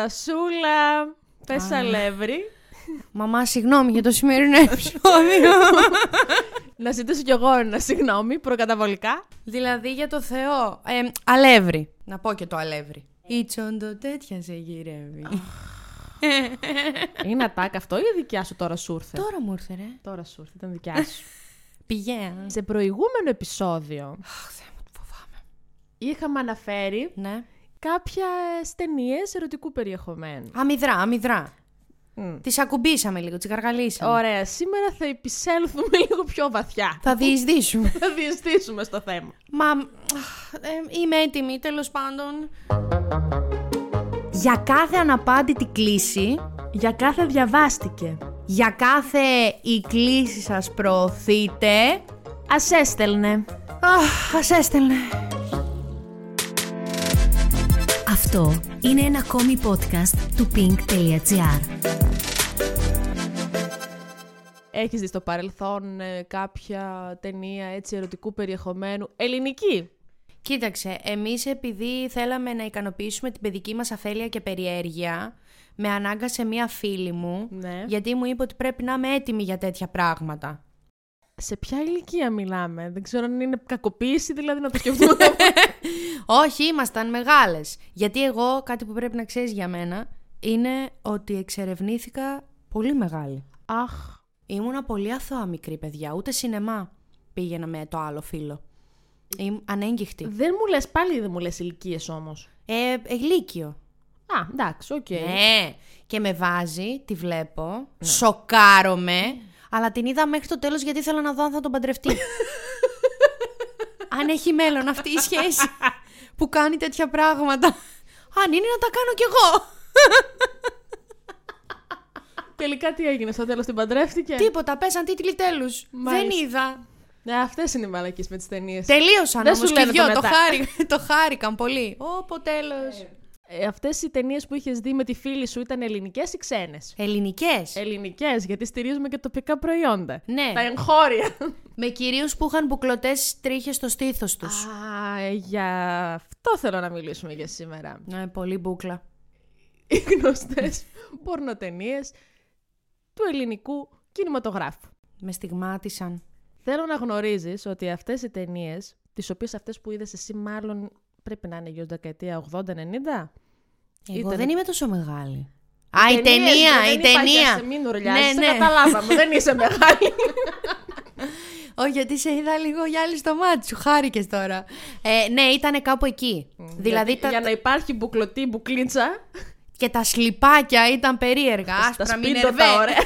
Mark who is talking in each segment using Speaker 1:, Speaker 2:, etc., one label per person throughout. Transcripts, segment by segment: Speaker 1: Αναστασούλα Πεσαλεύρη.
Speaker 2: Μαμά, συγγνώμη για το σημερινό επεισόδιο.
Speaker 1: να ζητήσω κι εγώ ένα συγγνώμη προκαταβολικά.
Speaker 2: δηλαδή για το Θεό. Ε, αλεύρι. Να πω και το αλεύρι. Η τσόντο τέτοια σε γυρεύει.
Speaker 1: Είναι ατάκα αυτό ή δικιά σου τώρα σου ήρθε.
Speaker 2: Τώρα μου ήρθε, ρε.
Speaker 1: Τώρα σου ήρθε, ήταν δικιά σου.
Speaker 2: Πηγαία.
Speaker 1: Σε προηγούμενο επεισόδιο
Speaker 2: Αχ, Θεέ μου, τι φοβάμαι.
Speaker 1: είχαμε αναφέρει
Speaker 2: Ναι.
Speaker 1: κάποια ταινίες ερωτικού περιεχομένου.
Speaker 2: Αμυδρά, αμυδρά.
Speaker 1: Μμ.
Speaker 2: Τη ακουμπήσαμε λίγο, τη αργαλίσαμε.
Speaker 1: Ωραία, σήμερα θα επισέλθουμε λίγο πιο βαθιά.
Speaker 2: Θα διεισδύσουμε.
Speaker 1: θα διεστήσουμε στο θέμα.
Speaker 2: Μα αχ, ε, είμαι έτοιμη τέλος πάντων. Για κάθε αναπάντητη κλίση,
Speaker 1: Για κάθε διαβάστηκε.
Speaker 2: για κάθε η κλίση σας προωθείτε,
Speaker 1: Ας έστελνε.
Speaker 2: αχ, ας έστελνε.
Speaker 3: Αυτό είναι ένα ακόμη podcast του pink.gr.
Speaker 1: Έχεις δει στο παρελθόν ε, κάποια ταινία έτσι ερωτικού περιεχομένου ελληνική.
Speaker 2: Κοίταξε, εμείς επειδή θέλαμε να ικανοποιήσουμε την παιδική μας αφέλεια και περιέργεια, με ανάγκασε μία φίλη μου,
Speaker 1: Ναι.
Speaker 2: γιατί μου είπε ότι πρέπει να είμαι έτοιμη για τέτοια πράγματα.
Speaker 1: Σε ποια ηλικία μιλάμε. Δεν ξέρω αν είναι κακοποίηση δηλαδή να το σκεφτούμε.
Speaker 2: Όχι, ήμασταν μεγάλες. Γιατί εγώ κάτι που πρέπει να ξέρεις για μένα είναι ότι εξερευνήθηκα πολύ μεγάλη.
Speaker 1: Αχ.
Speaker 2: Ήμουνα πολύ αθώα μικρή παιδιά, ούτε σινεμά πήγαινα με το άλλο φίλο. Ήμ, ανέγκυχτη.
Speaker 1: Δεν μου λες πάλι δεν μου λες ηλικίες όμως.
Speaker 2: Ε, ε, λύκειο.
Speaker 1: Α, εντάξει, οκ.
Speaker 2: Ναι. Και με βάζει, τη βλέπω,
Speaker 1: Ναι.
Speaker 2: σοκάρομαι, αλλά την είδα μέχρι το τέλος γιατί ήθελα να δω αν θα τον παντρευτεί. αν έχει μέλλον αυτή η σχέση που κάνει τέτοια πράγματα. Αν είναι να τα κάνω κι εγώ.
Speaker 1: Τελικά τι έγινε στο τέλος την παντρεύτηκε.
Speaker 2: Τίποτα, πέσαν τίτλοι τέλους. Δεν
Speaker 1: Ναι. Μάλιστα.
Speaker 2: είδα.
Speaker 1: Ναι, αυτές είναι οι μαλακίες με τις ταινίες.
Speaker 2: Τελείωσαν
Speaker 1: Δεν
Speaker 2: όμω
Speaker 1: σου
Speaker 2: και
Speaker 1: λένε
Speaker 2: οι
Speaker 1: το
Speaker 2: δυο. Το,
Speaker 1: μετά.
Speaker 2: χάρη, το χάρηκαν πολύ. Όπο τέλος.
Speaker 1: Ε, αυτές οι ταινίες που είχες δει με τη φίλη σου ήταν ελληνικές ή ξένες.
Speaker 2: Ελληνικές.
Speaker 1: Ελληνικές, γιατί στηρίζουμε και τοπικά προϊόντα.
Speaker 2: Ναι.
Speaker 1: Ε, Τα εγχώρια.
Speaker 2: Με κυρίους που είχαν μπουκλωτές τρίχες στο στήθος τους.
Speaker 1: Α, για αυτό θέλω να μιλήσουμε για σήμερα.
Speaker 2: Ναι, πολύ μπουκλα.
Speaker 1: οι γνωστές πορνοτενίες του ελληνικού κινηματογράφου.
Speaker 2: Με στιγμάτισαν.
Speaker 1: Θέλω να γνωρίζεις ότι αυτές οι ταινίες, τις οποίες αυτές που είδες εσύ μάλλον πρέπει να είναι γύρω στα δεκαετία 80-90.
Speaker 2: Εγώ
Speaker 1: Ήταν-
Speaker 2: δεν είμαι τόσο μεγάλη. Α, η
Speaker 1: Ταινίες, ναι,
Speaker 2: ταινία,
Speaker 1: δηλαδή, δεν
Speaker 2: η
Speaker 1: υπάρχει,
Speaker 2: ταινία.
Speaker 1: άσε, Μην ουρλιάζεις,
Speaker 2: Ναι,
Speaker 1: σε
Speaker 2: ναι.
Speaker 1: καταλάβαμε, δεν είσαι μεγάλη.
Speaker 2: Όχι, γιατί σε είδα λίγο γυάλι στο μάτι σου. Χάρηκες τώρα. Ε, ναι, ήταν κάπου εκεί. δηλαδή
Speaker 1: Γιατί για
Speaker 2: τα...
Speaker 1: να υπάρχει μπουκλωτή μπουκλίτσα,
Speaker 2: και τα σλιπάκια ήταν περίεργα.
Speaker 1: τα
Speaker 2: Άσπρα, μην
Speaker 1: σπίτω τα ωραία.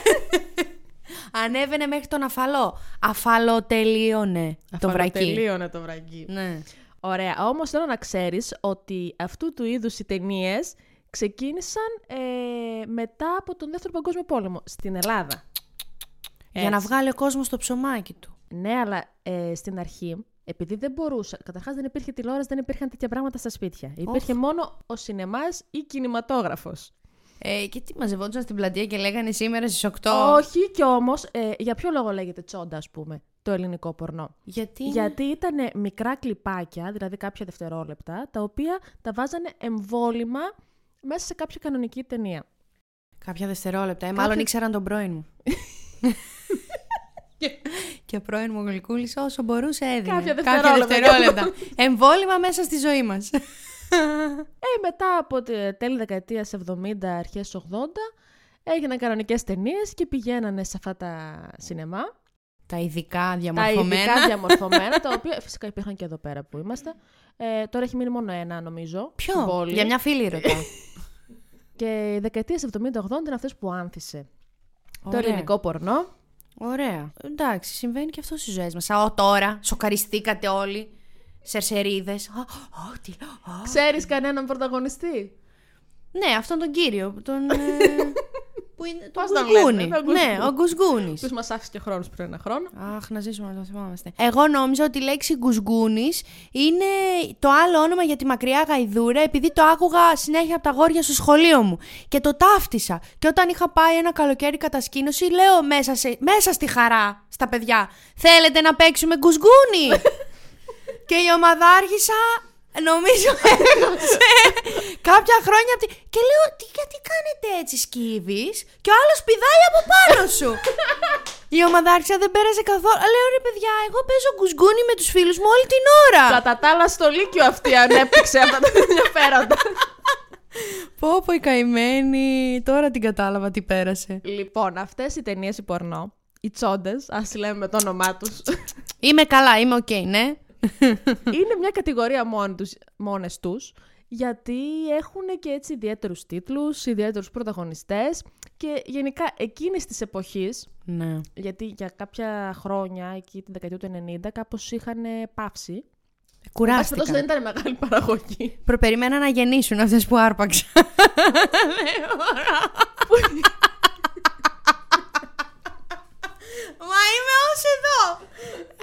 Speaker 2: Ανέβαινε μέχρι τον αφαλό. Αφαλό τελείωνε το βρακί.
Speaker 1: Τελείωνε το βρακί.
Speaker 2: Ναι.
Speaker 1: Ωραία. Όμως θέλω να ξέρεις ότι αυτού του είδους οι ταινίες ξεκίνησαν ε, μετά από τον Δεύτερο Παγκόσμιο Πόλεμο στην Ελλάδα.
Speaker 2: Για να βγάλει ο κόσμος το ψωμάκι του.
Speaker 1: Ναι, αλλά ε, στην αρχή, επειδή δεν μπορούσαν. Καταρχάς δεν υπήρχε τηλεόραση, δεν υπήρχαν τέτοια πράγματα στα σπίτια. Υπήρχε μόνο ο σινεμάς ή κινηματόγραφος.
Speaker 2: Ε, και τι μαζευόντουσαν στην πλατεία και λέγανε σήμερα στις 8.
Speaker 1: Όχι, και όμως, ε, για ποιο λόγο λέγεται τσόντα, ας πούμε, το ελληνικό πορνό.
Speaker 2: Γιατί.
Speaker 1: Γιατί ήταν μικρά κλιπάκια, δηλαδή κάποια δευτερόλεπτα, τα οποία τα βάζανε εμβόλυμα μέσα σε κάποια κανονική ταινία.
Speaker 2: Κάποια δευτερόλεπτα. Ε,
Speaker 1: Κάποια-
Speaker 2: Μάλλον ήξεραν τον πρώην μου. Και- και πρώην μου γλυκούλης όσο μπορούσε έδινε.
Speaker 1: Κάποια δευτερόλεπτα.
Speaker 2: Εμβόλυμα μέσα στη ζωή μας.
Speaker 1: Ε, μετά από τε- τέλη δεκαετίας 70, αρχές 80, έγιναν κανονικές ταινίες και πηγαίνανε σε αυτά τα σινεμά.
Speaker 2: τα ειδικά
Speaker 1: Τα
Speaker 2: διαμορφωμένα.
Speaker 1: ειδικά διαμορφωμένα, τα οποία φυσικά υπήρχαν και εδώ πέρα που είμαστε. Ε, τώρα έχει μείνει μόνο ένα, νομίζω. στην
Speaker 2: Ποιο?
Speaker 1: πόλη.
Speaker 2: Για μια φίλη ρωτάω.
Speaker 1: Και οι δεκαετίες 70-80 είναι αυτές που άνθησε.
Speaker 2: Ωραία.
Speaker 1: Το ελληνικό πορνό.
Speaker 2: Ωραία. Εντάξει, συμβαίνει και αυτό στις ζωές μας. Ω τώρα, σοκαριστήκατε όλοι. Σερσερίδες. τι. α.
Speaker 1: Ξέρεις κανέναν πρωταγωνιστή.
Speaker 2: Ναι, αυτόν τον κύριο. Τον. ε, που είναι. Τον
Speaker 1: Πώς τον
Speaker 2: Γκουσγούνη.
Speaker 1: λέτε, τον
Speaker 2: Ναι, ο Γκουσγούνη.
Speaker 1: Ποιος μας άφησε και χρόνος πριν ένα χρόνο.
Speaker 2: Αχ, να ζήσουμε να το θυμάμαστε. Εγώ νόμιζα ότι η λέξη Γκουσγούνη είναι το άλλο όνομα για τη μακριά γαϊδούρα, επειδή το άκουγα συνέχεια από τα γόρια στο σχολείο μου. Και το ταύτισα. Και όταν είχα πάει ένα καλοκαίρι κατασκήνωση, λέω μέσα, σε, μέσα στη χαρά στα παιδιά: Θέλετε να παίξουμε Γκουσγούνη! και η ομαδάρχησα Νομίζω έγραψε κάποια χρόνια. απ' τη- Και λέω, «Τι, γιατί κάνετε έτσι σκύβει, και ο άλλος πηδάει από πάνω σου. Η ομαδάρχησα δεν πέρασε καθόλου. Λέω ρε παιδιά, εγώ παίζω γκουσγκούνι με τους φίλους μου όλη την ώρα.
Speaker 1: Κατά τα άλλα, στο Λύκειο αυτή ανέπτυξε αυτά τα ενδιαφέροντα.
Speaker 2: Πω πω η καημένη, τώρα την κατάλαβα τι πέρασε.
Speaker 1: λοιπόν, αυτές οι ταινίες οι πορνό, οι τσόντες, ας λέμε με το όνομά τους,
Speaker 2: Είμαι καλά, είμαι οκ, ναι.
Speaker 1: είναι μια κατηγορία μόνοι τους, μόνες τους, γιατί έχουν και έτσι ιδιαίτερους τίτλους, ιδιαίτερους πρωταγωνιστές και γενικά εκείνης της εποχής,
Speaker 2: ναι.
Speaker 1: γιατί για κάποια χρόνια, εκεί την δεκαετία του 90, κάπως είχαν πάυσει. Εντάξει,
Speaker 2: Κουράστηκα.
Speaker 1: φαντάζομαι δεν ήταν μεγάλη παραγωγή.
Speaker 2: Προπεριμένα να γεννήσουν αυτές που άρπαξα. Μα είμαι ως εδώ.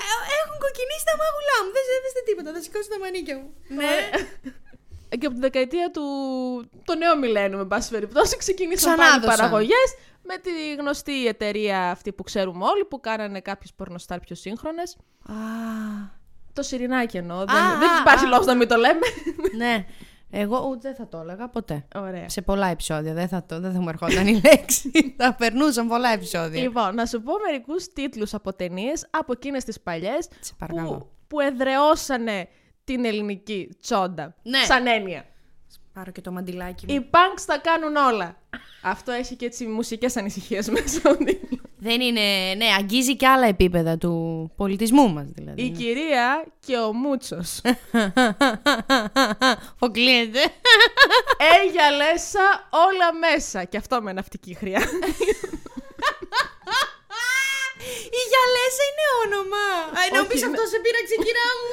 Speaker 2: Ε, Έχουν κοκκινήσει τα μάγουλά μου. Δεν ζεύεστε τίποτα. Θα σηκώσω τα μανίκια μου. Ναι.
Speaker 1: και από την δεκαετία του το νέο μιλένου, με πάση περιπτώσει, ξεκίνησαν
Speaker 2: Ξανά
Speaker 1: πάλι
Speaker 2: έδωσαν.
Speaker 1: παραγωγές με τη γνωστή εταιρεία αυτή που ξέρουμε όλοι, που κάνανε κάποιες πορνοστάρ πιο σύγχρονες. Το Σιρινάκι εννοώ, δεν,
Speaker 2: Α,
Speaker 1: δεν
Speaker 2: α,
Speaker 1: υπάρχει
Speaker 2: α.
Speaker 1: λόγος να μην το λέμε.
Speaker 2: Ναι. Εγώ ούτε δεν θα το έλεγα ποτέ.
Speaker 1: Ωραία.
Speaker 2: Σε πολλά επεισόδια. Δεν θα, το, δεν θα μου ερχόταν η λέξη. θα περνούσαν πολλά επεισόδια.
Speaker 1: Λοιπόν, να σου πω μερικούς τίτλους από ταινίες από εκείνες τις παλιές
Speaker 2: Σε παρακαλώ.
Speaker 1: που, που εδρεώσανε την ελληνική τσόντα.
Speaker 2: Ναι.
Speaker 1: Σαν έννοια.
Speaker 2: Πάρω και το μαντιλάκι
Speaker 1: Οι punks τα κάνουν όλα. Αυτό έχει και έτσι μουσικές ανησυχίες μέσα. ο τίτλος.
Speaker 2: Δεν είναι. Ναι, αγγίζει και άλλα επίπεδα του πολιτισμού μας δηλαδή.
Speaker 1: Η κυρία και ο Μούτσος.
Speaker 2: Αποκλείεται.
Speaker 1: Έγια λέσα όλα μέσα. Και αυτό με ναυτική χρειά.
Speaker 2: Η Γιαλέσα είναι όνομα. Α, να
Speaker 1: Όχι,
Speaker 2: πεις
Speaker 1: είναι-
Speaker 2: αυτό σε πείραξε, κυρία μου.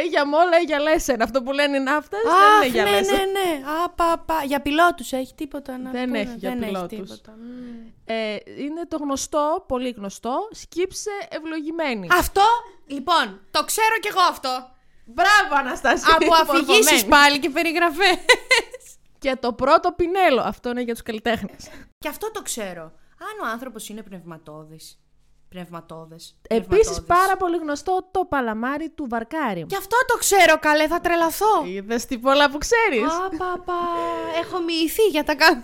Speaker 1: Έγια μόλα, έγια λέσα. Είναι αυτό που λένε οι ναύτες.
Speaker 2: Αχ,
Speaker 1: Δεν είναι
Speaker 2: ναι,
Speaker 1: για λέσα.
Speaker 2: ναι, ναι. Α, πα, πα. Για πιλότους έχει τίποτα να
Speaker 1: Δεν
Speaker 2: πούμε.
Speaker 1: έχει για
Speaker 2: Δεν
Speaker 1: πιλότους.
Speaker 2: τίποτα.
Speaker 1: Ε, είναι το γνωστό, πολύ γνωστό. Σκύψε ευλογημένη.
Speaker 2: Αυτό, λοιπόν, το ξέρω κι εγώ αυτό.
Speaker 1: Μπράβο, Αναστασία.
Speaker 2: Από αφηγήσεις
Speaker 1: Πορφωμένη.
Speaker 2: πάλι και περιγραφές.
Speaker 1: Και το πρώτο πινέλο. Αυτό είναι για τους καλλιτέχνες.
Speaker 2: Κι αυτό το ξέρω. Αν ο άνθρωπος είναι πνευματόδης. Πνευματόδες.
Speaker 1: Επίση, πάρα πολύ γνωστό το παλαμάρι του Βαρκάρη.
Speaker 2: Κι αυτό το ξέρω καλέ, θα τρελαθώ.
Speaker 1: Είδες τι πολλά που ξέρεις.
Speaker 2: Απαπα, έχω μοιηθεί για τα κάνω.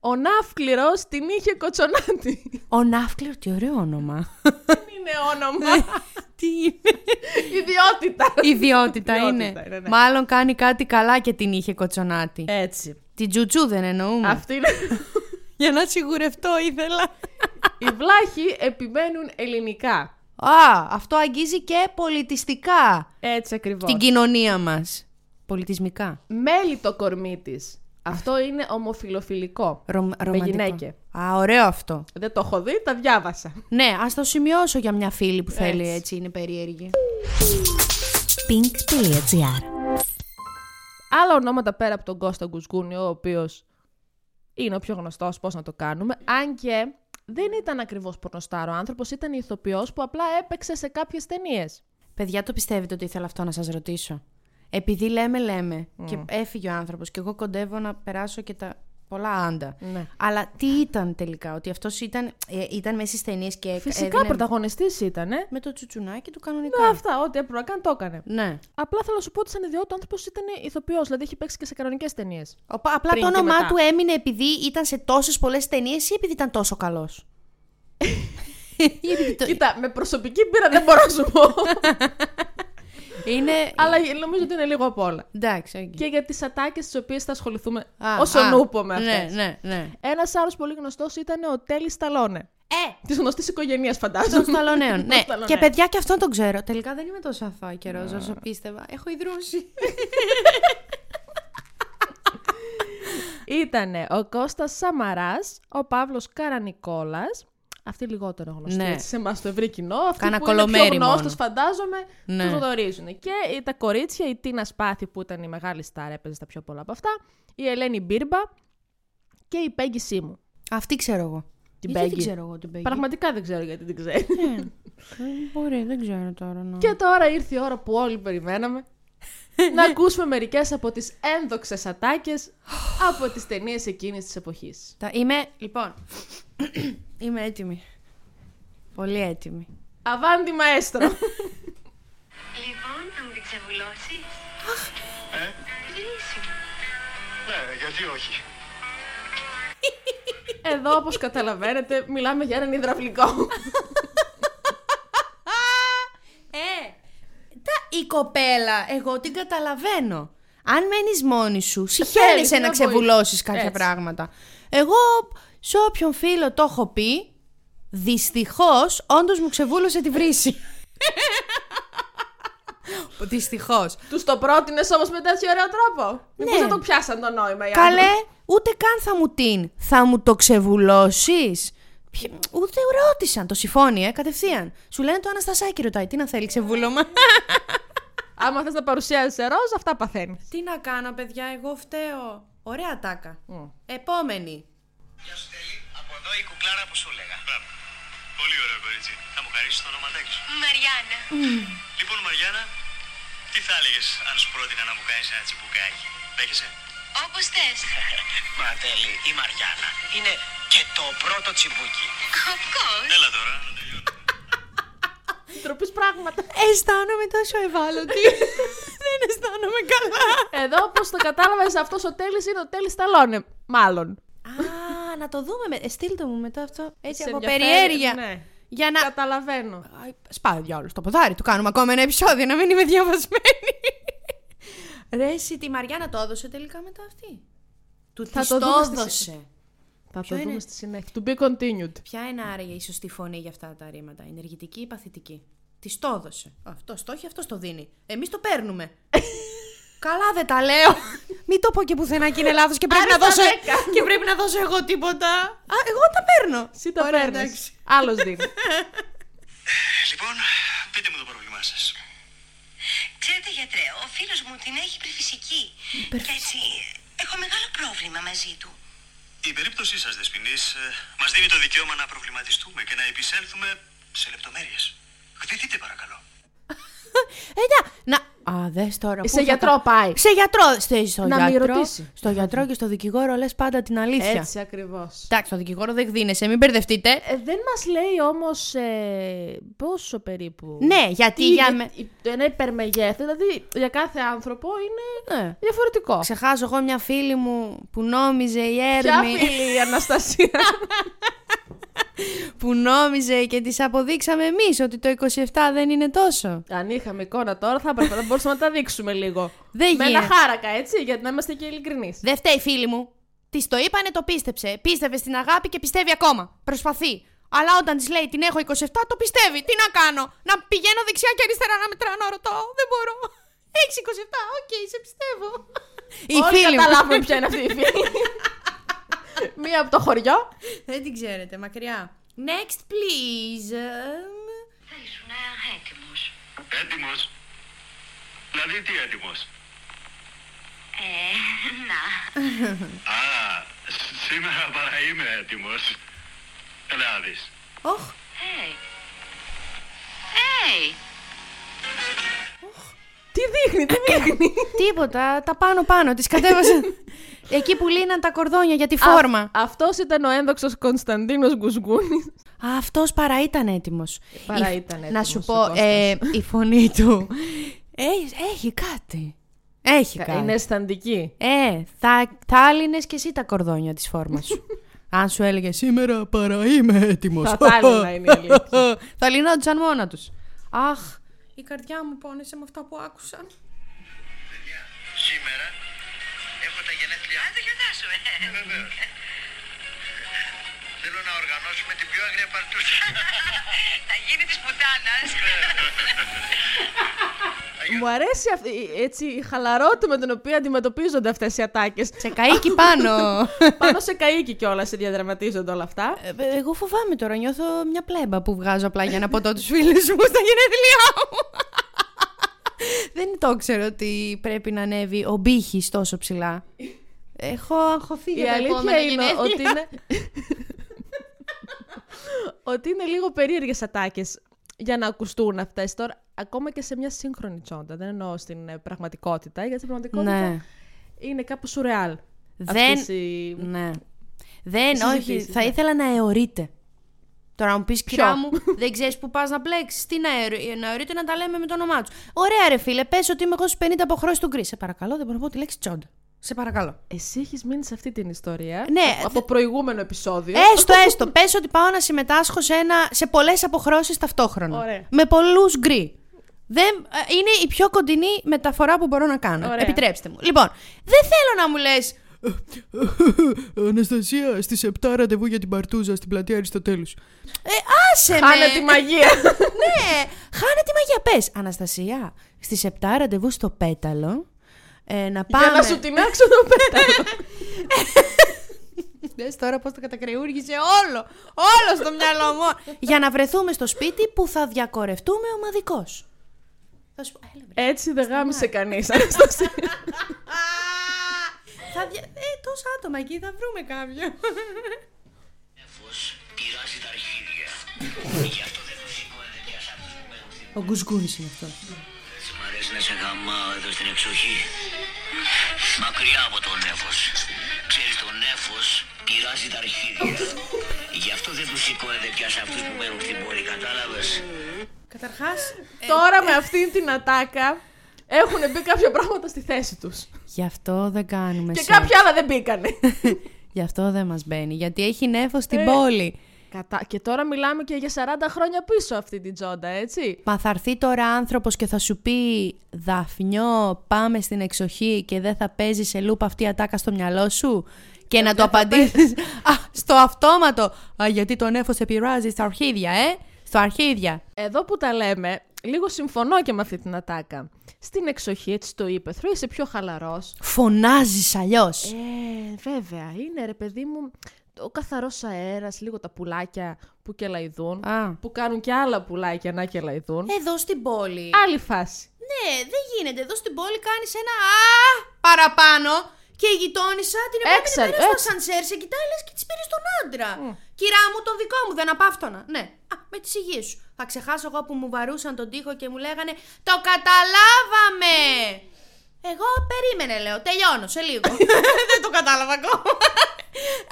Speaker 1: Ο Ναύκληρος την είχε κοτσονάτη.
Speaker 2: Ο Ναύκλερ, τι ωραίο όνομα. Ναι.
Speaker 1: Δεν είναι όνομα.
Speaker 2: τι είναι.
Speaker 1: Ιδιότητα.
Speaker 2: Ιδιότητα
Speaker 1: Ιδιότητα
Speaker 2: είναι.
Speaker 1: είναι, ναι.
Speaker 2: Μάλλον κάνει κάτι καλά και την είχε κοτσονάτη.
Speaker 1: Έτσι.
Speaker 2: Την τζουτσού δεν εννοούμε.
Speaker 1: Αυτή είναι.
Speaker 2: Για να σιγουρευτώ ήθελα.
Speaker 1: Οι βλάχοι επιμένουν ελληνικά.
Speaker 2: Α, αυτό αγγίζει και πολιτιστικά
Speaker 1: Έτσι ακριβώς.
Speaker 2: την κοινωνία μας. Πολιτισμικά.
Speaker 1: Μέλι το κορμί της. Αυτό είναι ομοφιλοφιλικό.
Speaker 2: Ρομ, ρομαντικό.
Speaker 1: γυναίκε.
Speaker 2: Α, ωραίο αυτό.
Speaker 1: Δεν το έχω δει, τα διάβασα.
Speaker 2: Ναι, ας το σημειώσω για μια φίλη που θέλει
Speaker 1: Έτσι.
Speaker 2: έτσι, είναι περίεργη.
Speaker 3: pink.gr.
Speaker 1: Άλλα ονόματα πέρα από τον Κώστα Γκουσγούνη, ο οποίος είναι ο πιο γνωστός, πώς να το κάνουμε. Αν και δεν ήταν ακριβώς πορνοστάρο άνθρωπος, ήταν ηθοποιός που απλά έπαιξε σε κάποιες ταινίες.
Speaker 2: Παιδιά, το πιστεύετε ότι ήθελα αυτό να σας ρωτήσω. Επειδή λέμε, λέμε. Και
Speaker 1: Mm.
Speaker 2: έφυγε ο άνθρωπος και εγώ κοντεύω να περάσω και τα πολλά άντα.
Speaker 1: Ναι.
Speaker 2: Αλλά τι ήταν τελικά, ότι αυτός ήταν, ε, ήταν μέσα στις ταινίες και έκ-
Speaker 1: Φυσικά
Speaker 2: Ε, έδινε Ναι.
Speaker 1: πρωταγωνιστή ήταν.
Speaker 2: με το τσουτσουνάκι του κανονικά.
Speaker 1: Ναι, αυτά, ό,τι έπρεπε να κάνει το έκανε.
Speaker 2: Ναι.
Speaker 1: Απλά θέλω να σου πω ότι σαν ιδιότητα ο άνθρωπος ήταν ηθοποιός, δηλαδή έχει παίξει και σε κανονικές ταινίες.
Speaker 2: Οπα- Απλά
Speaker 1: Πριν
Speaker 2: το
Speaker 1: και
Speaker 2: όνομά
Speaker 1: μετά.
Speaker 2: του έμεινε επειδή ήταν σε τόσες πολλές ταινίες ή επειδή ήταν τόσο καλός. Ή επειδή το-
Speaker 1: Κοίτα, με προσωπική πείρα δεν μπορώ να σου πω.
Speaker 2: είναι...
Speaker 1: αλλά νομίζω ότι είναι λίγο απ' όλα.
Speaker 2: Εντάξει, οκ.
Speaker 1: Και για τις ατάκες τι οποίες θα ασχοληθούμε
Speaker 2: Α,
Speaker 1: όσο
Speaker 2: α,
Speaker 1: νούπο με αυτές.
Speaker 2: Ναι, ναι, ναι.
Speaker 1: Ένας άλλος πολύ γνωστός ήταν ο Τέλη Σταλόνε.
Speaker 2: Ε,
Speaker 1: Της γνωστής οικογένειας,
Speaker 2: των
Speaker 1: φαντάζομαι.
Speaker 2: Σταλονέων. ναι,
Speaker 1: Σταλονέων.
Speaker 2: και παιδιά και αυτόν τον ξέρω. Τελικά δεν είμαι τόσο αθώα και ρόζα όσο πίστευα. Έχω ιδρούσει.
Speaker 1: Ήτανε ο Κώστας Σαμαράς, ο Παύλος Καρανικόλας, αυτή λιγότερο γνωστή
Speaker 2: Ναι.
Speaker 1: έτσι, σε εμάς το ευρύ κοινό, αυτή
Speaker 2: Κάνα
Speaker 1: που είναι πιο
Speaker 2: κολομέρι μόνο.
Speaker 1: γνώστος φαντάζομαι,
Speaker 2: Ναι.
Speaker 1: τους γνωρίζουν. Και η- τα κορίτσια, η Τίνα Σπάθη που ήταν η μεγάλη στάρα, έπαιζε στα πιο πολλά από αυτά, η Ελένη Μπίρμπα και η Πέγγι Σίμου.
Speaker 2: Αυτή ξέρω εγώ.
Speaker 1: Την
Speaker 2: Γιατί
Speaker 1: Peggy.
Speaker 2: δεν ξέρω εγώ την Peggy.
Speaker 1: Πραγματικά δεν ξέρω γιατί την ξέρει.
Speaker 2: Ναι. Ε, Μπορεί, δεν ξέρω τώρα. ναι. να-
Speaker 1: και τώρα ήρθε η ώρα που όλοι περιμέναμε. να ακούσουμε μερικές από τις ένδοξες ατάκες από τις ταινίες εκείνης της εποχής.
Speaker 2: Τα- Είμαι, λοιπόν, είμαι έτοιμη. Πολύ έτοιμη.
Speaker 1: Αβάντι μαέστρο.
Speaker 4: Λοιπόν, θα μου την τις εμβουλώσεις.
Speaker 5: Ε,
Speaker 4: Χρήσιμο.
Speaker 5: ναι, γιατί όχι.
Speaker 1: Εδώ, όπως καταλαβαίνετε, μιλάμε για έναν υδραυλικό.
Speaker 2: Ε, τα, η κοπέλα, εγώ την καταλαβαίνω. Αν μένεις μόνη σου, συχαίνεσαι
Speaker 1: θέλει
Speaker 2: να
Speaker 1: μια
Speaker 2: ξεβουλώσει
Speaker 1: βοήθεια.
Speaker 2: κάποια
Speaker 1: Έτσι.
Speaker 2: πράγματα. Εγώ σε όποιον φίλο το έχω πει, δυστυχώς, όντως μου ξεβούλωσε τη βρύση. Δυστυχώς.
Speaker 1: Τους το πρότεινες όμως με τέτοιο ωραίο τρόπο. Ναι.
Speaker 2: Ναι.
Speaker 1: δεν το πιάσαν το νόημα οι
Speaker 2: Καλέ,
Speaker 1: άνθρωποι.
Speaker 2: ούτε καν θα μου την. Θα μου το ξεβουλώσεις. Ούτε ρώτησαν, το συμφώνει, ε, κατευθείαν. Σου λένε το Αναστασάκι ρωτάει, τι να θέλει ξεβούλωμα.
Speaker 1: Άμα θες να παρουσιάζει ροζ, αυτά παθαίνεις.
Speaker 2: Τι να κάνω, παιδιά, εγώ φταίω. Ωραία τάκα. Επόμενη.
Speaker 5: Γεια σου Τέλη, από εδώ η κουκλάρα που σου έλεγα. Μπράβο. Πολύ ωραίο κορίτσι. Θα μου χαρίσεις το ονοματάκι σου.
Speaker 4: Μαριάννα.
Speaker 5: Λοιπόν Μαριάννα, τι θα έλεγες αν σου πρότεινα να μου κάνεις ένα τσιμπουκάκι. Δέχεσαι.
Speaker 4: Όπως θες.
Speaker 5: Μα Τέλη, η Μαριάννα είναι και το πρώτο τσιμπούκι.
Speaker 4: Of course.
Speaker 5: Έλα τώρα, να τελειώνω.
Speaker 1: Τροπή πράγματα.
Speaker 2: Αισθάνομαι τόσο ευάλωτη. Δεν αισθάνομαι καλά.
Speaker 1: Εδώ, όπως το κατάλαβες, αυτός ο τέλης είναι ο τέλης ταλώνε. Μάλλον.
Speaker 2: Α, να το δούμε. με- Ε, στείλ το μου μετά αυτό. Έτσι
Speaker 1: Σε
Speaker 2: από
Speaker 1: ενδιαφέρει,
Speaker 2: περιέργεια.
Speaker 1: ναι.
Speaker 2: Για να.
Speaker 1: Καταλαβαίνω.
Speaker 2: Αϊ, Σπάει διάολο στο ποδάρι. Του κάνουμε ακόμα ένα επεισόδιο να μην είμαι διαβασμένη. Ρε, εσύ τη Μαριάννα το έδωσε τελικά μετά αυτή. Του
Speaker 1: Θα
Speaker 2: της
Speaker 1: το
Speaker 2: το
Speaker 1: δούμε στη-
Speaker 2: έδωσε.
Speaker 1: Θα το
Speaker 2: Ποιο είναι?
Speaker 1: δούμε στη συνέχεια. To be continued.
Speaker 2: Ποια είναι άραγε η σωστή φωνή για αυτά τα ρήματα, ενεργητική ή παθητική. Της το έδωσε. Αυτό το έχει, αυτό το δίνει. Εμείς το παίρνουμε. Καλά δεν τα λέω. Μην το πω και πουθενά και είναι λάθος και, πρέπει να
Speaker 1: Άριστα
Speaker 2: δώσω...
Speaker 1: δέκα.
Speaker 2: και πρέπει να δώσω εγώ τίποτα. Α, εγώ τα παίρνω.
Speaker 1: Εσύ τα
Speaker 2: Ωραία,
Speaker 1: παίρνεις.
Speaker 2: εντάξει.
Speaker 1: Άλλος δίνει.
Speaker 5: Λοιπόν, πείτε μου το πρόβλημά σας.
Speaker 4: Ξέρετε γιατρέ, ο φίλος μου την έχει υπερφυσική. Και έτσι έχω μεγάλο πρόβλημα μαζί του.
Speaker 5: Η περίπτωσή σας, Δεσποινής, ε, μας δίνει το δικαίωμα να προβληματιστούμε και να επισέλθουμε σε λεπτομέρειες. Χτυπηθείτε παρακαλώ.
Speaker 2: Ε, να... Ε, Α, δες τώρα.
Speaker 1: Σε
Speaker 2: πού θα
Speaker 1: γιατρό
Speaker 2: τα-
Speaker 1: πάει.
Speaker 2: Σε γιατρό. Στο, στο
Speaker 1: Να με
Speaker 2: γιατρό,
Speaker 1: ρωτήσει.
Speaker 2: στο γιατρό και στο δικηγόρο λες πάντα την αλήθεια.
Speaker 1: Έτσι ακριβώς.
Speaker 2: Εντάξει, στο δικηγόρο δεν δίνεσαι, μην μπερδευτείτε.
Speaker 1: ε, δεν μας λέει όμως πόσο περίπου.
Speaker 2: Ναι, γιατί
Speaker 1: Τι
Speaker 2: για
Speaker 1: είναι
Speaker 2: με...
Speaker 1: η- Ένα υπερμεγέθη, δηλαδή για κάθε άνθρωπο είναι
Speaker 2: Ναι.
Speaker 1: διαφορετικό.
Speaker 2: Ξεχάσω εγώ μια φίλη μου που νόμιζε η
Speaker 1: Ποια
Speaker 2: Έρμη.
Speaker 1: φίλη η Αναστασία.
Speaker 2: που νόμιζε και τη αποδείξαμε εμείς ότι το 27 δεν είναι τόσο.
Speaker 1: Αν είχαμε εικόνα τώρα θα έπρεπε να μπορούσαμε να τα δείξουμε λίγο.
Speaker 2: Δεν
Speaker 1: Με
Speaker 2: γίνεται.
Speaker 1: ένα χάρακα, έτσι, γιατί να είμαστε και ειλικρινείς.
Speaker 2: Δεν φταίει, φίλη μου. Της το είπανε, το πίστεψε. Πίστευε στην αγάπη και πιστεύει ακόμα. Προσπαθεί. Αλλά όταν της λέει την έχω 27, το πιστεύει. Τι να κάνω. Να πηγαίνω δεξιά και αριστερά να μετράνω, ρωτώ. Δεν μπορώ. Έχεις 27, οκ, σε πιστεύω. Η
Speaker 1: Όλοι
Speaker 2: φίλη μου.
Speaker 1: καταλάβουμε ποια είναι αυτή η φίλη. Μία από το χωριό.
Speaker 2: Δεν την ξέρετε, μακριά. Next, please.
Speaker 4: Θα ήσουν έτοιμος.
Speaker 5: Έτοιμος. Δηλαδή τι έτοιμος.
Speaker 4: Ε, να.
Speaker 5: Α, σ- σήμερα παρά είμαι έτοιμος. Να δεις.
Speaker 2: Οχ,
Speaker 4: Hey. Hey.
Speaker 1: Τι δείχνει, τι δείχνει.
Speaker 2: τίποτα. Τα πάνω-πάνω τη κατέβασε. Εκεί που λύναν τα κορδόνια για τη φόρμα.
Speaker 1: Αυτός ήταν ο ένδοξος Κωνσταντίνος Γκουσγούνη.
Speaker 2: Αυτός παρά ήταν έτοιμος.
Speaker 1: παρά ήταν
Speaker 2: Να
Speaker 1: έτοιμος
Speaker 2: σου
Speaker 1: ο
Speaker 2: πω,
Speaker 1: Κώστας.
Speaker 2: ε, η φωνή του. Έχει, έχει κάτι. Έχει κάτι.
Speaker 1: Είναι αισθαντική.
Speaker 2: Ε, θα, θα άλυνες και εσύ τα κορδόνια της φόρμας σου. Αν σου έλεγε σήμερα παρά είμαι έτοιμος.
Speaker 1: Θα τα άλυνα είναι η αλήθεια.
Speaker 2: θα λυνόντουσαν μόνα τους. Αχ, η καρδιά μου πόνεσε με αυτά που άκουσαν.
Speaker 5: Σήμερα έχω τα γενέθλιά.
Speaker 4: Να το γιορτάσουμε.
Speaker 5: Βεβαίως. Θέλω να οργανώσουμε την πιο άγρια παρτούσα.
Speaker 4: Θα γίνει της πουτάνας.
Speaker 5: Ναι.
Speaker 1: Μου αρέσει αυτή, η- έτσι, η χαλαρότητα με την οποία αντιμετωπίζονται αυτέ οι ατάκε.
Speaker 2: Σε καίκι πάνω.
Speaker 1: Πάνω σε καίκι κιόλα σε διαδραματίζονται όλα αυτά.
Speaker 2: Ε, ε, Εγώ φοβάμαι τώρα. Νιώθω μια πλέμπα που βγάζω απλά για να ποτώ του φίλου μου στα γενέθλιά μου. Δεν το ξέρω ότι πρέπει να ανέβει ο μπύχη τόσο ψηλά. Έχω αγχωθεί
Speaker 1: Η
Speaker 2: για τα
Speaker 1: αλήθεια
Speaker 2: επόμενα
Speaker 1: είναι
Speaker 2: γενέθλια.
Speaker 1: ότι είναι. ότι είναι λίγο περίεργες ατάκες για να ακουστούν αυτές τώρα. Ακόμα και σε μια σύγχρονη τσόντα. Δεν εννοώ στην ε, πραγματικότητα, γιατί στην πραγματικότητα
Speaker 2: Ναι.
Speaker 1: είναι κάπως σουρεάλ.
Speaker 2: Δεν-
Speaker 1: αυτές οι-
Speaker 2: Ναι. Δεν, όχι.
Speaker 1: συζητήσεις,
Speaker 2: Θα
Speaker 1: ναι.
Speaker 2: ήθελα να αιωρείται. Τώρα, αν μου πεις κυρία μου, δεν ξέρεις που πας να μπλέξεις. Τι να εωρεί να εωρείται να τα λέμε με το όνομά τους. Ωραία, ρε φίλε, πες ότι είμαι εγώ στους 50 αποχρώσεις του γκρι. Σε παρακαλώ, δεν μπορώ να πω τη λέξη τσόντα. Σε παρακαλώ.
Speaker 1: Εσύ έχεις μείνει σε αυτή την ιστορία.
Speaker 2: Ναι,
Speaker 1: από προηγούμενο επεισόδιο.
Speaker 2: Έστω, έστω. Πες ότι πάω να συμμετάσχω σε, ένα, σε πολλές αποχρώσεις ταυτόχρονα.
Speaker 1: Ωραία.
Speaker 2: Με πολλούς γκρι. Δεν, ε, είναι η πιο κοντινή μεταφορά που μπορώ να κάνω.
Speaker 1: Ωραία.
Speaker 2: Επιτρέψτε μου. Λοιπόν, δεν θέλω να μου λες.
Speaker 6: Αναστασία, στις 7 ραντεβού για την Παρτούζα στην πλατεία Αριστοτέλους.
Speaker 2: Ε, άσε με!
Speaker 1: Χάνε τη μαγεία.
Speaker 2: ναι! Χάνε τη μαγεία. Πες, Αναστασία, στις 7 ραντεβού στο πέταλο. Ε, να πάμε.
Speaker 1: Για να σου τεινάξω το πέταλο.
Speaker 2: Δες τώρα πώς το κατακρεούργησε όλο, όλο στο μυαλό μου. Για να βρεθούμε στο σπίτι που θα διακορευτούμε ομαδικός. Θα σου πω, έλα, βρε.
Speaker 1: Έτσι δεν γάμισε κανείς, Αναστασία.
Speaker 2: θα δια... Ε, τόσα άτομα εκεί, θα βρούμε κάποιο.
Speaker 5: Φως πειράζει τα αρχίδια. Γι' αυτό δεν το σηκώνεται πια σαν τους κουμένους.
Speaker 2: Ο Γκουσγκούνης είναι αυτός.
Speaker 5: Έτσι μ' αρέσει να σε γαμάω εδώ στην εξοχή. Μακριά από τον νέφος. Ξέρεις, τον νέφος πειράζει τα αρχίδια. Γι' αυτό δεν τους σηκώνεται πια σε αυτούς που μένουν στην πόλη, κατάλαβες.
Speaker 2: Καταρχάς,
Speaker 1: Τώρα
Speaker 2: ε.
Speaker 1: με αυτήν την ατάκα έχουν μπει κάποια πράγματα στη θέση τους.
Speaker 2: γι' αυτό δεν κάνουμε
Speaker 1: Και
Speaker 2: σεξ.
Speaker 1: κάποια άλλα δεν μπήκανε.
Speaker 2: Γι' αυτό δεν μας μπαίνει, γιατί έχει
Speaker 1: Ε.
Speaker 2: νέφος στην πόλη.
Speaker 1: Κατά... Και τώρα μιλάμε και για 40 χρόνια πίσω αυτή την τζόντα, έτσι.
Speaker 2: Μα θα έρθει τώρα άνθρωπος και θα σου πει «Δαφνιό, πάμε στην εξοχή και δεν θα παίζει σε λούπα αυτή η ατάκα στο μυαλό σου»
Speaker 1: Ε,
Speaker 2: και να του απαντήσεις «Α, στο αυτόματο, α, γιατί τον έφος σε πειράζει στα αρχίδια, ε, στο αρχίδια».
Speaker 1: Εδώ που τα λέμε, λίγο συμφωνώ και με αυτή την ατάκα. Στην εξοχή, έτσι το ύπεθρο, είσαι πιο χαλαρός.
Speaker 2: Φωνάζεις αλλιώς.
Speaker 1: Ε, βέβαια, είναι ρε παιδί μου ο καθαρός αέρας, λίγο τα πουλάκια που κελαϊδούν.
Speaker 2: Α. Ε.
Speaker 1: Που κάνουν και άλλα πουλάκια να κελαϊδούν.
Speaker 2: Εδώ στην πόλη.
Speaker 1: Άλλη φάση.
Speaker 2: Ναι, δεν γίνεται. Εδώ στην πόλη κάνεις ένα «Α» παραπάνω και η γειτόνισσα την επόμενη
Speaker 1: Έξαλλη,
Speaker 2: μέρα στο
Speaker 1: έτσι.
Speaker 2: ασανσέρ σε κοιτάει λες και της πήρες τον άντρα. Κυρά μου, τον δικό μου, δεν απάφτωνα. Ναι, α, με τις υγείες σου. Θα ξεχάσω εγώ που μου βαρούσαν τον τοίχο και μου λέγανε «Το καταλάβαμε». Εγώ περίμενε, λέω. Τελειώνω σε λίγο. δεν το κατάλαβα ακόμα.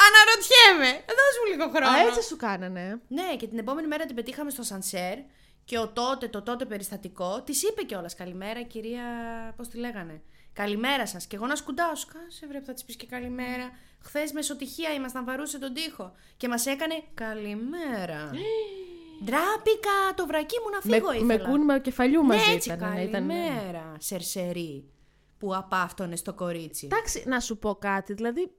Speaker 2: Αναρωτιέμαι. Δώσ' μου λίγο χρόνο.
Speaker 1: Α, έτσι σου κάνανε. ε.
Speaker 2: Ναι, και την επόμενη μέρα την πετύχαμε στο σανσέρ και ο τότε, το τότε περιστατικό, της είπε κιόλας καλημέρα, κυρία. Πώς τη λέγανε. Καλημέρα σας. Και εγώ να σκουντάω, σου κάσε βρε, που θα της πεις και καλημέρα. Χθες μεσοτυχία ήμασταν, βαρούσε τον τοίχο. Και μας έκανε καλημέρα. Ντράπηκα το βρακί μου να φύγω,
Speaker 1: με, με
Speaker 2: ήθελα.
Speaker 1: κούνημα κεφαλιού
Speaker 2: ναι,
Speaker 1: μαζί
Speaker 2: έτσι,
Speaker 1: ήταν. ναι, ήταν-
Speaker 2: καλημέρα, σερσερή, που απάφτωνες στο κορίτσι.
Speaker 1: Εντάξει, να σου πω κάτι. Δηλαδή,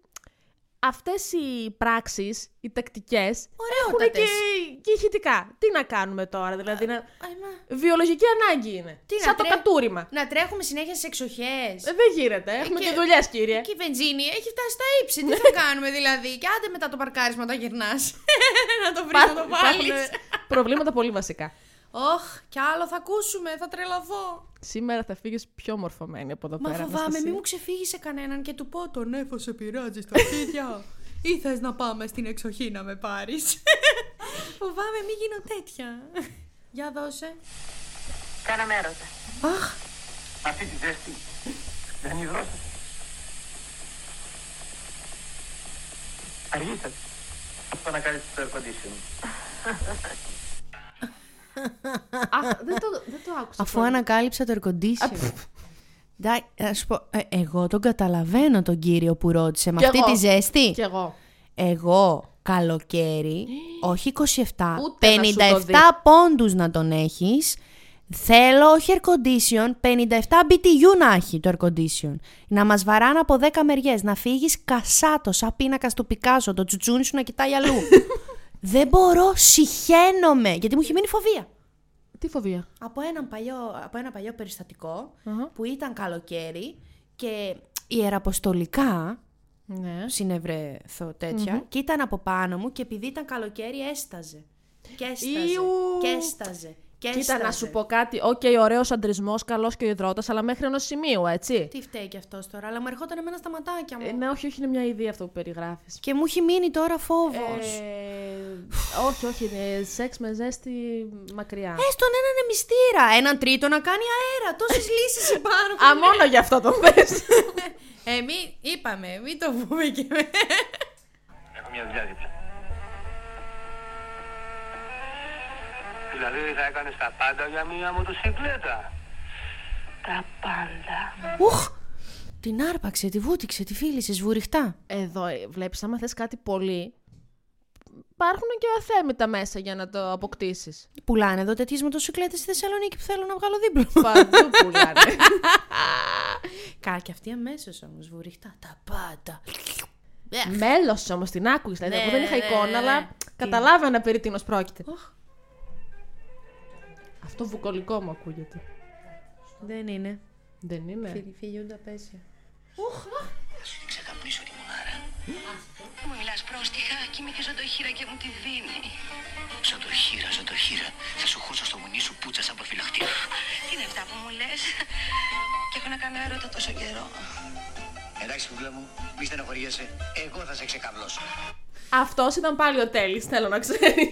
Speaker 1: αυτές οι πράξεις, οι τακτικές, έχουν και,
Speaker 2: Ωραιότατες.
Speaker 1: και ηχητικά. Τι να κάνουμε τώρα, δηλαδή. Να...
Speaker 2: Αϊ, μα,
Speaker 1: Βιολογική ανάγκη είναι.
Speaker 2: Τι να
Speaker 1: Σαν το
Speaker 2: τρέ-
Speaker 1: κατούριμα.
Speaker 2: Να τρέχουμε συνέχεια στις εξοχές.
Speaker 1: Ε, δεν γίνεται. Έχουμε και,
Speaker 2: και-
Speaker 1: δουλειές, κύριε.
Speaker 2: Και η βενζίνη έχει φτάσει στα ύψη. Τι θα κάνουμε δηλαδή. Και άντε μετά το παρκάρισμα όταν γυρνάς. να το βρει να το βάλει.
Speaker 1: Υπάρχουν προβλήματα πολύ βασικά.
Speaker 2: Οχ, κι άλλο θα ακούσουμε. Θα τρελαθώ.
Speaker 1: Σήμερα θα φύγεις πιο μορφωμένη από εδώ
Speaker 2: Μα
Speaker 1: πέρα.
Speaker 2: φοβάμαι,
Speaker 1: Αναστασία.
Speaker 2: μην μου ξεφύγεις σε κανέναν και του πω τον έφο σε πειράζει στα αρχίδια. Ή θες να πάμε στην εξοχή να με πάρεις. φοβάμαι, μην γίνω τέτοια. Για δώσε.
Speaker 4: Κάναμε έρωτα.
Speaker 2: Αχ,
Speaker 5: Αυτή τη ζέστη δεν υδρώσατε. Αργήσατε. Αυτό να κάνετε το air conditioning.
Speaker 1: Α, δεν, το, δεν το άκουσα.
Speaker 2: Αφού ανακάλυψα το air conditioning. Ντά- Να σου πω, ε, εγώ τον καταλαβαίνω τον κύριο που ρώτησε με
Speaker 1: Κι
Speaker 2: αυτή
Speaker 1: εγώ.
Speaker 2: τη ζέστη.
Speaker 1: Κι εγώ.
Speaker 2: Εγώ καλοκαίρι, όχι 27,
Speaker 1: Ούτε να σου το
Speaker 2: 57 πόντους να τον έχεις. Θέλω όχι air condition, 57 BTU να έχει το air condition. Να μας βαράνε από 10 μεριές, να φύγεις κασάτος, σαν πίνακας του Πικάσο, το τσουτσούνι σου να κοιτάει αλλού. Δεν μπορώ, συχαίνομαι, γιατί μου έχει μείνει φοβία
Speaker 1: Τι φοβία.
Speaker 2: από, έναν παλιό, από ένα παλιό περιστατικό που ήταν καλοκαίρι και ιεραποστολικά
Speaker 1: Ναι.
Speaker 2: συνευρεθω τέτοια, και ήταν από πάνω μου και επειδή ήταν καλοκαίρι έσταζε. Και έσταζε.
Speaker 1: Ιου.
Speaker 2: Και έσταζε. Και
Speaker 1: Κοίτα,
Speaker 2: έσταζε.
Speaker 1: να σου πω κάτι. Οκ, okay, ωραίος αντρισμός, καλός και ο υδρότας, αλλά μέχρι ενός σημείου, έτσι.
Speaker 2: Τι φταίει κι αυτός τώρα, αλλά μου ερχόταν εμένα στα ματάκια μου.
Speaker 1: Ε, ναι, όχι, όχι, είναι μια ιδέα αυτό που περιγράφεις.
Speaker 2: Και μου έχει μείνει τώρα φόβος.
Speaker 1: Ε. όχι, όχι, είναι σεξ με ζέστη μακριά.
Speaker 2: Έστω Ε, έναν εμιστήρα, έναν τρίτο να κάνει αέρα. Τόσες λύσεις υπάρχουν.
Speaker 1: Α, μόνο γι' αυτό το θες.
Speaker 2: Ε, μη, είπαμε, μην το πούμε και με.
Speaker 5: Έχω μια δουλειά δίπλα.
Speaker 7: Δηλαδή θα έκανες τα πάντα για μία μοτοσυκλέτα.
Speaker 4: Τα πάντα.
Speaker 2: Ουχ! Την άρπαξε, τη βούτυξε, τη φίλησες σβουριχτά.
Speaker 1: Εδώ ε, βλέπεις, άμα θες κάτι πολύ, υπάρχουν και αθέμητα μέσα για να το αποκτήσεις.
Speaker 2: Πουλάνε εδώ τέτοιες μοτοσυκλέτες στη Θεσσαλονίκη που θέλω να βγάλω δίπλωμα.
Speaker 1: Παντού πουλάνε.
Speaker 2: Κα, και αυτή αμέσως όμως, βουριχτά. Τα πάντα.
Speaker 1: Μέλος όμως, την άκουγες. Δηλαδή,
Speaker 2: Ναι,
Speaker 1: εγώ δεν είχα εικόνα, αλλά καταλάβαινα περί τίνος πρόκειται. Αυτό βουκολικό μου ακούγεται.
Speaker 2: Δεν είναι.
Speaker 1: Δεν είναι.
Speaker 2: Φιλιούντα πέσια.
Speaker 5: Σου την ξεκαπνίσω τη μονάρα.
Speaker 4: Μου μιλάς πρόστιχα και είμαι και σαν το χείρα και μου τη δίνει.
Speaker 5: Σαν το χείρα, σαν το χείρα. Θα σου χώσω στο μουνί σου πουτσα σαν προφυλακτήρα.
Speaker 4: Τι είναι αυτά που μου λες. Και έχω να κάνω έρωτα τόσο καιρό.
Speaker 5: Εντάξει, κουκλά μου, μη στενοχωριέσαι. Εγώ θα σε ξεκαβλώσω.
Speaker 1: Αυτός ήταν πάλι ο Τέλης, θέλω να ξέρεις.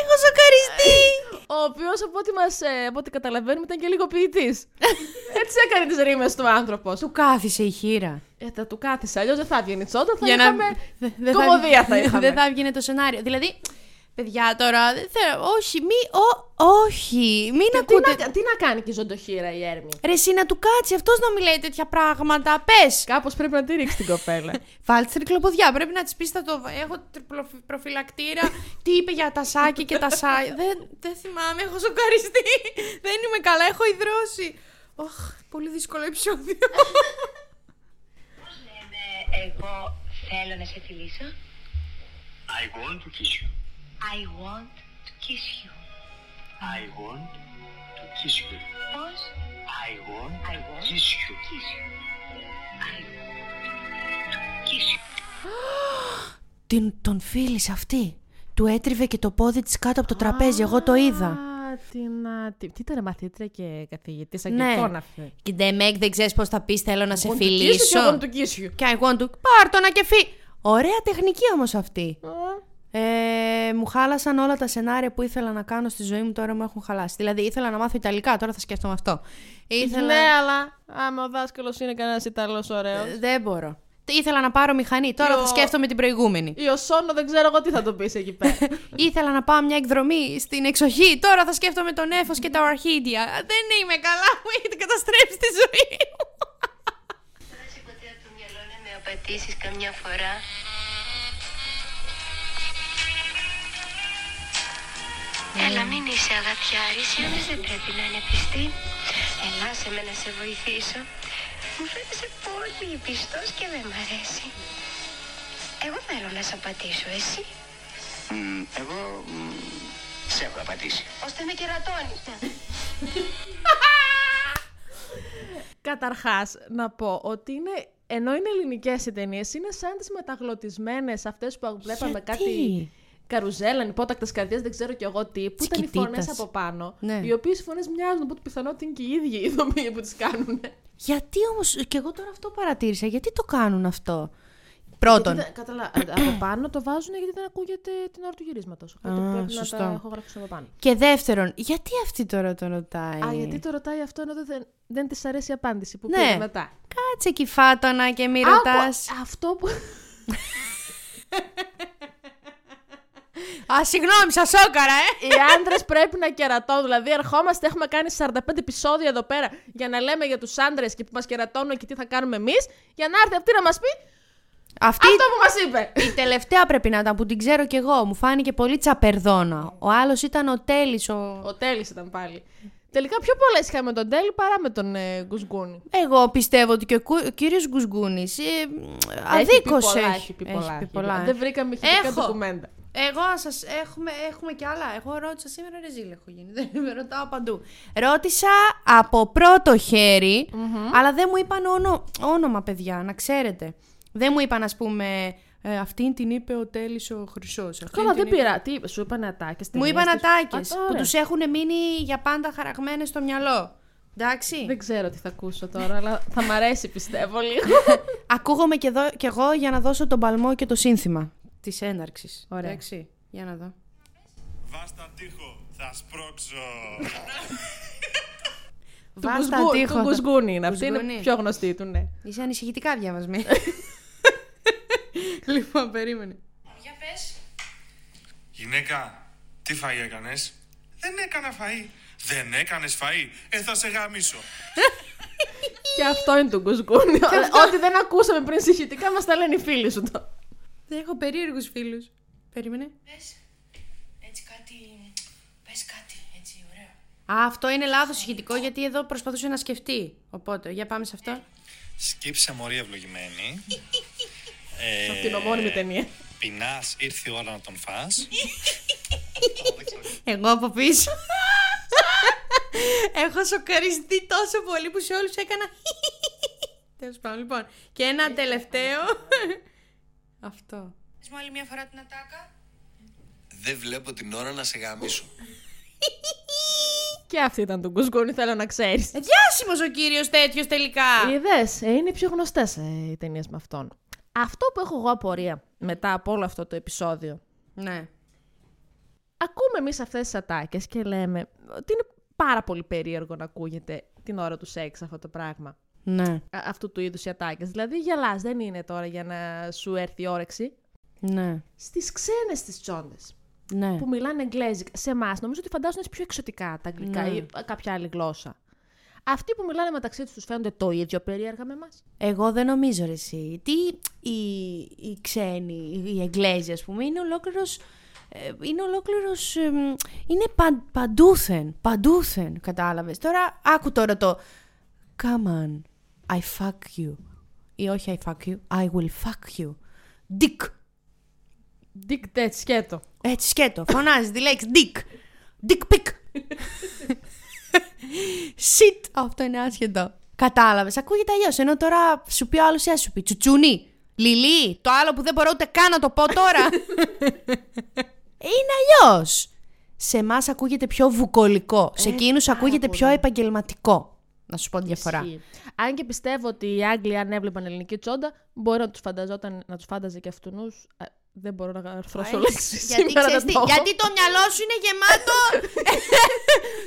Speaker 2: Έχω σοκαριστεί!
Speaker 1: Ο οποίος από, ό,τι μας, ε, από ό,τι καταλαβαίνουμε ήταν και λίγο ποιητής. Έτσι έκανε τις ρήμες του άνθρωπος.
Speaker 2: Του κάθισε η χείρα.
Speaker 1: Ε, θα του κάθισε. Αλλιώς δεν θα βγαίνει τσόντα, θα είχαμε.
Speaker 2: Δε- δε
Speaker 1: Κομμωδία θα
Speaker 2: δε-
Speaker 1: είχαμε.
Speaker 2: Δεν θα βγει το σενάριο. Δηλαδή, παιδιά τώρα, δεν θέλω. Όχι, μη. Ο, όχι, μην
Speaker 1: Τι
Speaker 2: ακούτε.
Speaker 1: να, τι να κάνει και η ζωντοχύρα η Έρμη.
Speaker 2: Ρε, εσύ να του κάτσει αυτός να μιλάει τέτοια πράγματα. Πες!
Speaker 1: Κάπως πρέπει να τη ρίξει την κοπέλα.
Speaker 2: Βάλτε τρικλοποδιά. Πρέπει να της πεις: Θα το. Έχω τριπλοφυ- προφυλακτήρα. Τι είπε για τα σάκι και τα σάκι. δεν, δεν θυμάμαι. Έχω σοκαριστεί. δεν είμαι καλά. Έχω υδρώσει. Οχ, πολύ δύσκολο επεισόδιο.
Speaker 4: εγώ θέλω να σε φιλήσω.
Speaker 5: I want to kiss you.
Speaker 4: I want to kiss you.
Speaker 5: I want to kiss you.
Speaker 4: Πώς?
Speaker 5: I want
Speaker 4: I want
Speaker 5: kiss you.
Speaker 4: kiss you. I want to kiss you.
Speaker 2: Την, τον φίλησε αυτή. Του έτριβε και το πόδι της κάτω από το τραπέζι. Εγώ το είδα.
Speaker 1: Α, τι να. Τι, τι ήταν μαθήτρια και καθηγητής
Speaker 2: Ναι.
Speaker 1: αγγλικών αυτή.
Speaker 2: Κοίτα, Μέγ, δεν ξέρεις πώς θα πεις. Θέλω να σε
Speaker 1: Want to kiss you
Speaker 2: φιλήσω.
Speaker 1: και want to kiss you.
Speaker 2: Και I want to. Πάρ το να και φύ. Ωραία τεχνική όμως αυτή. Ε, μου χάλασαν όλα τα σενάρια που ήθελα να κάνω στη ζωή μου, τώρα μου έχουν χαλάσει. Δηλαδή ήθελα να μάθω Ιταλικά, τώρα θα σκέφτομαι αυτό. Ήθελα...
Speaker 1: Ναι, αλλά άμα ο δάσκαλος είναι κανένας Ιταλός ωραίο.
Speaker 2: Ε, Δεν μπορώ. Τι- Ήθελα να πάρω μηχανή, τώρα θα
Speaker 1: Ποιο-
Speaker 2: σκέφτομαι την προηγούμενη.
Speaker 1: Ή ο Σόνο δεν ξέρω εγώ τι θα το πεις εκεί πέρα.
Speaker 2: ήθελα να πάω μια εκδρομή στην εξοχή, τώρα θα σκέφτομαι τον έφος και τα ορχίδια. Α, Δεν είμαι καλά, μου έχετε καταστρέψει τη ζωή μου.
Speaker 4: Φτάσει ποτέ από το μυαλό να με απατήσεις καμιά φορά. Έλα, μην είσαι αγαθιάρης, η άνεση δεν πρέπει να είναι πιστή. Ελά σε με να σε βοηθήσω. Μου φαίνεσαι πολύ πιστός και δεν μ' αρέσει. Εγώ θέλω να σε απατήσω, εσύ.
Speaker 5: Μμ, εγώ μμ, σε έχω απαντήσει.
Speaker 4: Ώστε με κερατώνεις.
Speaker 1: Καταρχάς, να πω ότι είναι. Ενώ είναι ελληνικές οι ταινίες, είναι σαν τις μεταγλωτισμένες αυτές που βλέπαμε
Speaker 2: Γιατί?
Speaker 1: κάτι. Καρουζέλα, ανυπότακτες καρδιές, δεν ξέρω κι εγώ τι. Που ήταν οι φωνές
Speaker 2: Τσικιτίτας.
Speaker 1: από πάνω.
Speaker 2: Ναι.
Speaker 1: Οι οποίες φωνές μοιάζουν, οπότε πιθανότητα είναι και οι ίδιοι οι δομοί που τις κάνουν.
Speaker 2: Γιατί όμως, και εγώ τώρα αυτό παρατήρησα, γιατί το κάνουν αυτό. Πρώτον,
Speaker 1: Γιατί τα- καταλα- από πάνω το βάζουν γιατί δεν ακούγεται την ώρα του γυρίσματος. Οπότε
Speaker 2: Α,
Speaker 1: πρέπει
Speaker 2: σωστό.
Speaker 1: να τα έχω γράψει από πάνω.
Speaker 2: Και δεύτερον, γιατί αυτή τώρα το ρωτάει.
Speaker 1: Α, γιατί το ρωτάει αυτό ενώ δεν, δεν της αρέσει η απάντηση που
Speaker 2: Ναι.
Speaker 1: πήρε μετά.
Speaker 2: Κάτσε εκεί φάτονα και μη
Speaker 1: Άκου,
Speaker 2: ρωτάς.
Speaker 1: Αυτό που.
Speaker 2: Α, συγγνώμη, σας σόκαρα, ε!
Speaker 1: Οι άντρες πρέπει να κερατώνουν. Δηλαδή, ερχόμαστε, έχουμε κάνει 45 επεισόδια εδώ πέρα για να λέμε για τους άντρες και που μας κερατώνουν και τι θα κάνουμε εμείς. Για να έρθει αυτή να μας πει
Speaker 2: Αυτή
Speaker 1: αυτό που μας είπε.
Speaker 2: η τελευταία πρέπει να ήταν που την ξέρω κι εγώ. Μου φάνηκε πολύ τσαπερδόνα. Ο άλλος ήταν ο τέλης. Ο...
Speaker 1: Ο Τέλης ήταν πάλι. Τελικά πιο πολλές είχαμε τον Τέλη παρά με τον ε, Γκουσγκούνη.
Speaker 2: Εγώ πιστεύω ότι και ο, κου... ο κύριος Γκουσγκούνης αδίκω
Speaker 1: Έχει πει πολλά,
Speaker 2: έχει.
Speaker 1: έχει πει πολλά.
Speaker 2: πει πολλά, ε.
Speaker 1: Δεν βρήκαμε ηχητικά
Speaker 2: Έχω.
Speaker 1: ντοκουμέντα.
Speaker 2: Εγώ σας έχουμε, έχουμε κι άλλα. Εγώ ρώτησα σήμερα ρε ζήλ έχω γίνει. Δεν με ρωτάω παντού. Ρώτησα από πρώτο χέρι, αλλά δεν μου είπαν όνο- όνομα, παιδιά, να ξέρετε. Δεν μου είπαν, ας πούμε, ε, αυτήν την είπε ο Τέλης ο Χρυσός.
Speaker 1: Καλά, δεν πειρά. Τι, σου είπαν ατάκες.
Speaker 2: Μου είπαν ατάκες που τους έχουν μείνει για πάντα χαραγμένες στο μυαλό. Εντάξει.
Speaker 1: Δεν ξέρω τι θα ακούσω τώρα, αλλά θα μ' αρέσει πιστεύω λίγο.
Speaker 2: Ακούγομαι και, εδώ, και εγώ για να δώσω τον παλμό και το σύνθημα της έναρξης.
Speaker 1: Ωραία.
Speaker 2: Εντάξει. Για να δω.
Speaker 8: Βάστα τείχο, θα σπρώξω.
Speaker 1: Του
Speaker 2: Βάστα
Speaker 1: Γκουσγκού-
Speaker 2: τείχο,
Speaker 1: Του
Speaker 2: θα-
Speaker 1: Γκουσγκούνη είναι αυτή. Είναι
Speaker 2: Γκουσγκούνη.
Speaker 1: πιο γνωστή του, ναι.
Speaker 2: Είσαι ανησυχητικά διαβασμένη. λοιπόν, περίμενε.
Speaker 8: Γυναίκα, Τι φαΐ έκανες? Δεν έκανα φαΐ. Δεν έκανες φαΐ. Ε, θα σε γαμίσω.
Speaker 1: Και αυτό είναι το κουσκούνιο. Ό,τι δεν ακούσαμε πριν συγχυτικά, μας τα λένε οι φίλοι σου το.
Speaker 2: Δεν έχω περίεργους φίλους. Περίμενε.
Speaker 9: Έτσι κάτι. Πες κάτι, έτσι, ωραίο.
Speaker 2: Α, αυτό είναι λάθος ηχητικό γιατί εδώ προσπαθούσε να σκεφτεί. Οπότε, για πάμε σε αυτό.
Speaker 10: Σκύψε μωρή ευλογημένη. ε,
Speaker 1: Αυτή την ομώνυμη ταινία.
Speaker 10: Πεινάς, ήρθε η ώρα να τον φας.
Speaker 2: Εγώ από πίσω. Έχω σοκαριστεί τόσο πολύ που σε όλους έκανα. Τέλος πάντων, λοιπόν. Και
Speaker 9: Ε,
Speaker 2: ένα τελευταίο. αυτό.
Speaker 9: Πες μου άλλη μια φορά την ατάκα.
Speaker 5: Δεν βλέπω την ώρα να σε γαμίσω.
Speaker 1: Και αυτή ήταν το κουσκούνι, θέλω να ξέρεις.
Speaker 2: Ε, Διάσημος ο κύριος τέτοιος τελικά.
Speaker 1: Είδες, Ε, είναι οι πιο γνωστές οι ταινίες με αυτόν. Αυτό που έχω εγώ απορία μετά από όλο αυτό το επεισόδιο.
Speaker 2: ναι.
Speaker 1: Ακούμε εμείς αυτές τις ατάκες και λέμε ότι είναι πάρα πολύ περίεργο να ακούγεται την ώρα του σεξ αυτό το πράγμα.
Speaker 2: Ναι.
Speaker 1: Α- αυτού του είδους οι ατάκες. Δηλαδή γελάς, δεν είναι τώρα για να σου έρθει η όρεξη.
Speaker 2: Ναι.
Speaker 1: Στις ξένες τις τσόντε
Speaker 2: Ναι.
Speaker 1: που μιλάνε εγγλέζικα. Σε εμάς νομίζω ότι φαντάζονται πιο εξωτικά τα αγγλικά
Speaker 2: Ναι.
Speaker 1: ή κάποια άλλη γλώσσα. Αυτοί που μιλάνε μεταξύ τους τους φαίνονται το ίδιο περίεργα με εμάς.
Speaker 2: Εγώ δεν νομίζω ρε εσύ. Τι οι, οι ξένοι, οι Εγγλέζοι ας πούμε, είναι ολόκληρος... ε, Είναι ολόκληρος... ε, μ, Είναι παν- παντούθεν. Παντούθεν, κατάλαβες. Τώρα, άκου τώρα το... Come on, I fuck you. Ή όχι I fuck you, I will fuck you. Dick.
Speaker 1: Dick dead, σκέτο.
Speaker 2: Έτσι ναι, σκέτο. Φωνάζεις τη λέξη dick. Dick pic. Shit. Αυτό είναι άσχετο. Κατάλαβες. Ακούγεται αλλιώς. Ενώ τώρα σου πει ο άλλος, σου πει τσουτσούνι. Λιλί. Το άλλο που δεν μπορώ ούτε καν να το πω τώρα. είναι αλλιώς. Σε εμάς ακούγεται πιο βουκολικό. Σε εκείνου ακούγεται πιο επαγγελματικό. Να σου πω τη διαφορά.
Speaker 1: Ισχύει. Αν και πιστεύω ότι οι Άγγλοι αν έβλεπαν ελληνική τσόντα, μπορεί να τους φανταζόταν, να τους φάνταζε και αυτού. Δεν μπορώ να αρθρώσω λέξεις.
Speaker 2: Γιατί,
Speaker 1: Σήμερα
Speaker 2: ξέρεις
Speaker 1: δεν
Speaker 2: τι,
Speaker 1: το έχω.
Speaker 2: γιατί το μυαλό σου είναι γεμάτο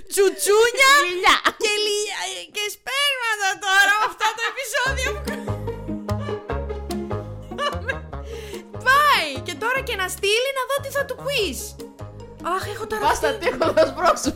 Speaker 2: τσουτσούνια και, λι- και σπέρματα τώρα με αυτά τα επεισόδια που κάνουμε. Πάει και τώρα και να στείλει να δω τι θα του πεις. Αχ, έχω τώρα...
Speaker 1: Βάστα τείχο να σπρώξω.